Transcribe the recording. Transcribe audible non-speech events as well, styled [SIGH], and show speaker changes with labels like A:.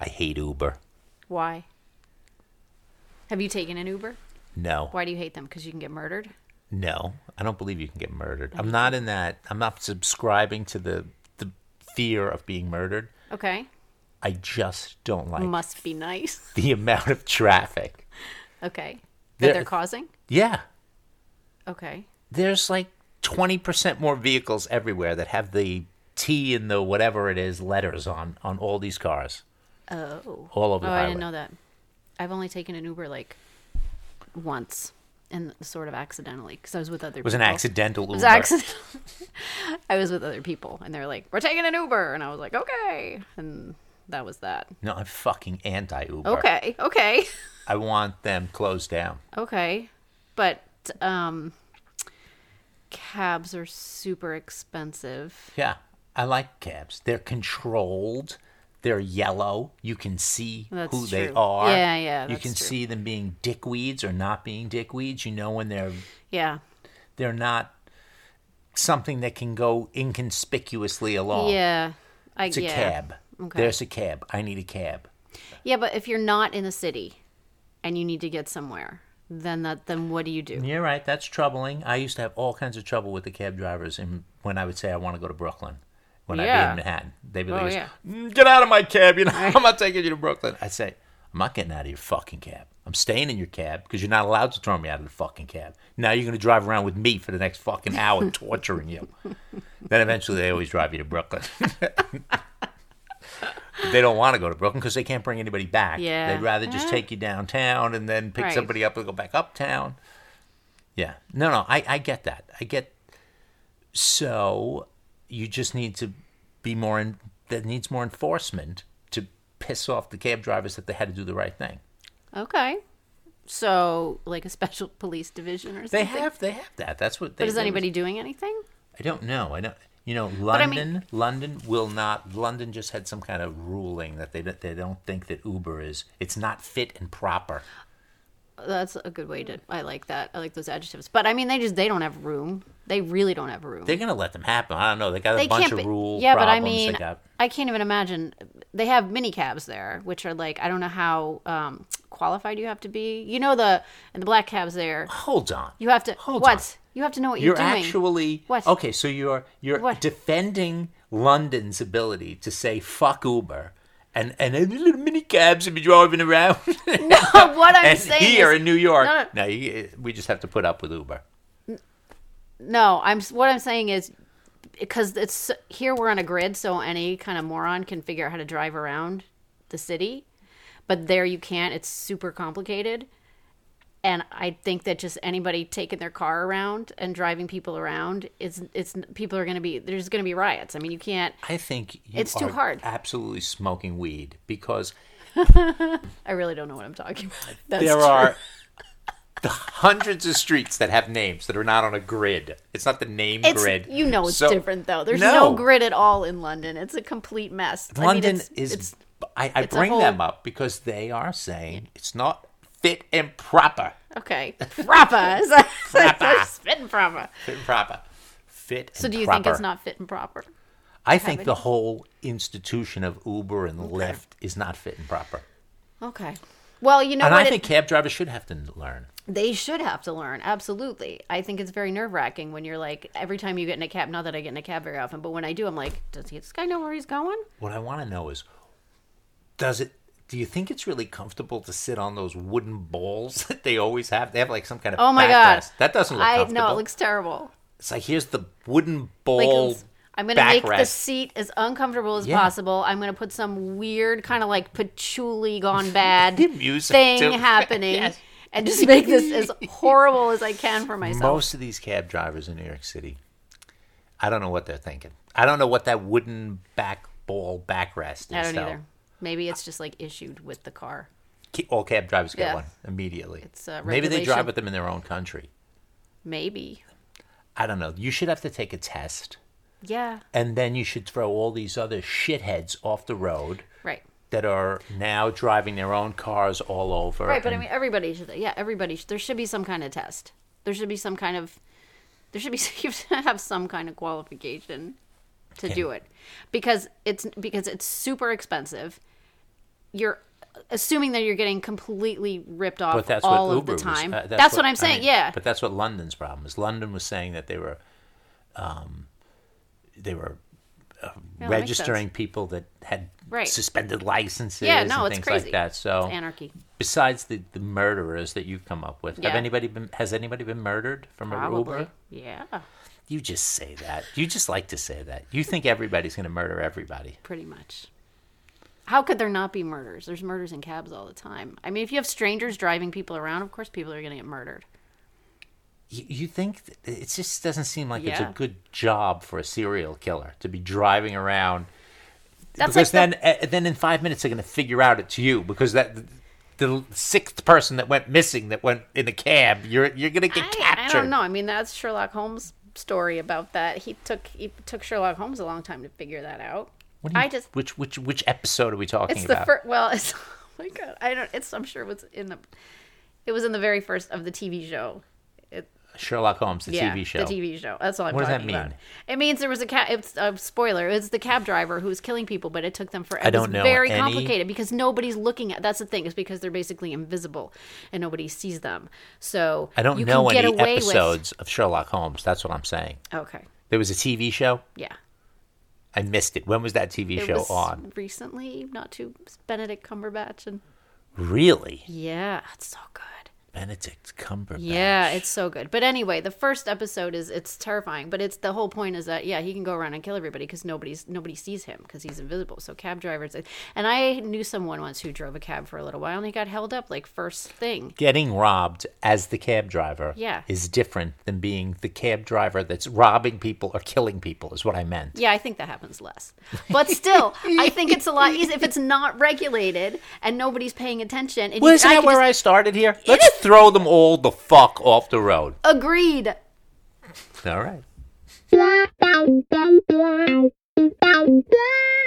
A: I hate Uber.
B: Why? Have you taken an Uber?
A: No.
B: Why do you hate them? Because you can get murdered?
A: No, I don't believe you can get murdered. I'm not in that. I'm not subscribing to the the fear of being murdered.
B: Okay.
A: I just don't like
B: Must be nice. [LAUGHS]
A: the [LAUGHS] amount of traffic.
B: Okay.
A: There-
B: That they're causing?
A: Yeah,
B: Okay.
A: there's like 20% more vehicles everywhere that have the T and the whatever it is letters on on all these cars
B: Oh.
A: all over the
B: Oh, I
A: highway.
B: didn't know that. I've only taken an Uber like once and sort of accidentally because I was with other
A: It was an
B: people.
A: accidental Uber.
B: It was accident. [LAUGHS] I was with other people and they're like, we're taking an Uber. And I was like, okay. And that was that.
A: No, I'm fucking anti Uber.
B: Okay. Okay. [LAUGHS]
A: I want them closed down.
B: Okay. But um cabs are super expensive.
A: Yeah. I like cabs. They're controlled. They're yellow. You can see
B: That's
A: who they
B: true.
A: are.
B: Yeah, yeah,
A: You
B: that's
A: can
B: true.
A: see them being dickweeds or not being dickweeds. You know when they're
B: Yeah.
A: they're not something that can go inconspicuously along.
B: Yeah. I
A: Oh. It's a
B: yeah.
A: cab.
B: Okay.
A: There's a cab. I need a cab.
B: Yeah, but if you're not in the city and you need to get somewhere, then that then what do you do?
A: You're right. That's troubling. I used to have all kinds of trouble with the cab drivers, and when I would say I want to go to Brooklyn, when I'd be
B: Yeah.
A: in Manhattan, they'd be
B: Oh,
A: like,
B: yeah.
A: "Mm, "Get out of my cab! You know, [LAUGHS] I'm not taking you to Brooklyn." I'd say, "I'm not getting out of your fucking cab. I'm staying in your cab because you're not allowed to throw me out of the fucking cab. Now you're going to drive around with me for the next fucking
B: [LAUGHS]
A: hour, torturing you." Then eventually, they always drive you to Brooklyn. [LAUGHS] they don't want to go to Brooklyn because they can't bring anybody back.
B: Yeah.
A: They'd rather just
B: Eh.
A: take you downtown and then pick
B: Right.
A: somebody up and go back uptown. Yeah. No, no, I, I get that. I get. So you just need to be more, in, that needs more enforcement to piss off the cab drivers that they had to do the right thing.
B: Okay. So like a special [LAUGHS] police division or
A: They
B: something.
A: have, they have that. That's what they
B: but is
A: they-
B: anybody doing anything?
A: I don't know. I don't. You know,
B: I
A: London.
B: mean-
A: London will not. London just had some kind of ruling that they don't- they don't think that Uber is. It's not fit and proper.
B: That's a good way to I like that. I like those adjectives. But I mean they just they don't have room. They really don't have room.
A: They're gonna let them happen. I don't know. They got a
B: they
A: bunch
B: can't
A: of
B: be,
A: rule
B: yeah
A: problems.
B: but i mean
A: they got.
B: i can't even imagine they have mini cabs there which are like i don't know how um qualified you have to be you know the and the black cabs there
A: Hold on.
B: you have to
A: Hold
B: what
A: on.
B: you have to know what
A: You're
B: you're, doing
A: actually
B: What?
A: okay. So you're you're
B: What?
A: defending London's ability to say fuck Uber and and little minicabs and be driving around.
B: [LAUGHS]
A: [LAUGHS]
B: what i'm
A: and
B: saying
A: here
B: is,
A: in New York,
B: No, no.
A: now you, we just have to put up with Uber.
B: no i'm what i'm saying is because it's here we're on a grid so any kind of moron can figure out how to drive around the city but there you can't it's super complicated and i think that just anybody taking their car around and driving people around it's it's people are going to be there's going to be riots i mean you can't
A: I think you
B: It's too
A: are
B: hard.
A: Absolutely smoking weed because
B: i really don't know what i'm talking about [LAUGHS] That's
A: there
B: true.
A: are hundreds of streets that have names that are not on a grid. It's not the name
B: it's,
A: grid.
B: you know it's
A: So-
B: different though there's
A: No.
B: no. grid at all in london it's a complete mess I mean,
A: London
B: it's-
A: is.
B: it's-
A: I, I
B: a
A: bring
B: whole-
A: them up because they are saying it's not fit and proper.
B: okay proper [LAUGHS] Is that-
A: Proper.
B: spitting proper
A: Fit and proper. Fit.
B: so
A: and
B: do you think
A: proper.
B: it's not fit and proper
A: I think the whole institution of Uber and Lyft is not fit and proper,
B: okay well you know
A: and
B: what
A: I
B: it-
A: think cab drivers should have to learn.
B: they should have to learn absolutely i think it's very nerve-wracking when you're like every time you get in a cab not that i get in a cab very often but when i do i'm like does he, this guy know where he's going
A: What I want to know is, does it? Do you think it's really comfortable to sit on those wooden balls [LAUGHS] that they always have? They have like some kind of
B: oh my god
A: backrest. that doesn't look
B: i
A: comfortable.
B: no it looks terrible
A: It's like here's the wooden
B: like,
A: ball.
B: it's- i'm gonna make the
A: backrest.
B: seat as uncomfortable as
A: Yeah.
B: possible i'm gonna put some weird kind of like patchouli gone bad
A: [LAUGHS] Music,
B: thing
A: [LAUGHS] too.
B: happening and just make
A: [LAUGHS]
B: this as horrible as i can for myself
A: Most of these cab drivers in New York City, I don't know what they're thinking. I don't know what that wooden back ball backrest is.
B: i don't
A: though.
B: either maybe it's just like issued with the car
A: Ca- All cab drivers get
B: Yeah.
A: one immediately.
B: It's, uh,
A: Maybe they
B: regulation.
A: drive with them in their own country.
B: maybe
A: I don't know. You should have to take a test,
B: yeah
A: and then you should throw all these other shitheads off the road
B: right
A: that are now driving their own cars all over.
B: Right, but I
A: and-
B: mean, everybody should. Yeah, everybody. Should, there should be some kind of test. There should be some kind of There should be [LAUGHS] you should have some kind of qualification to do it because it's because it's super expensive. You're assuming that you're getting completely ripped off
A: But that's
B: all
A: what
B: of
A: Uber
B: the time.
A: Was, uh,
B: that's, what,
A: I
B: I'm saying.
A: mean,
B: yeah,
A: But that's what London's problem is. London was saying that they were, um, they were uh,
B: that makes
A: registering people that had
B: Right.
A: suspended licenses
B: Yeah, no,
A: and
B: it's
A: things
B: crazy.
A: like that. So
B: anarchy.
A: besides the, the murderers that you've come up with,
B: Yeah.
A: have anybody been has anybody been murdered from a
B: Probably.
A: Uber?
B: Yeah,
A: You just say that. You just like to say that. You think everybody's going to murder everybody.
B: pretty much. How could there not be murders? There's murders in cabs all the time. I mean, if you have strangers driving people around, of course people are going to get murdered.
A: You, you think that it just doesn't seem like it's
B: Yeah.
A: a good job for a serial killer to be driving around
B: That's
A: because
B: like
A: then eh, then in five minutes they're going to figure out it's you because that the sixth person that went missing that went in a cab you're you're going to
B: the,
A: get
B: I, I
A: captured.
B: don't know. I mean, that's Sherlock Holmes' story about that. He took he took Sherlock Holmes a long time to figure that out.
A: What do you-
B: I just
A: which which which episode are we talking
B: it's the
A: about?
B: first. Well, [LAUGHS] it's oh my god. I don't. It's I'm sure it was in the. It was in the very first of the TV show. It,
A: Sherlock Holmes, the
B: yeah,
A: TV show.
B: The TV show. That's all I'm
A: What does that
B: talking about.
A: mean?
B: It means there was a cab. It's a spoiler. It's the cab driver who was killing people, but it took them forever.
A: I don't
B: it's
A: know
B: Very
A: any-
B: complicated because nobody's looking at. That's the thing. Is because they're basically invisible, and nobody sees them. So
A: I don't
B: you
A: know
B: can
A: any
B: get away
A: episodes of Sherlock Holmes. That's what I'm saying.
B: With, okay.
A: There was a TV show.
B: Yeah.
A: I missed it. When was that TV
B: It
A: show
B: was
A: on?
B: recently, not too Benedict Cumberbatch and
A: Really?
B: yeah, it's so good.
A: Benedict Cumberbatch.
B: Yeah, it's so good. But anyway, the first episode is it's terrifying, but it's the whole point is that yeah, he can go around and kill everybody because nobody's nobody sees him because he's invisible. So cab drivers, uh, and I knew someone once who drove a cab for a little while and he got held up like first thing.
A: Getting robbed as the cab driver
B: Yeah.
A: is different than being the cab driver that's robbing people or killing people, is what I meant.
B: Yeah, I think that happens less.
A: [LAUGHS]
B: But still, I think it's a lot easier if it's not regulated and nobody's paying attention. And
A: Well, isn't that
B: can
A: where
B: just-
A: I started here? Let's throw them all the fuck off the road.
B: agreed?
A: All right.
C: Blah, blah, blah, blah, blah, blah.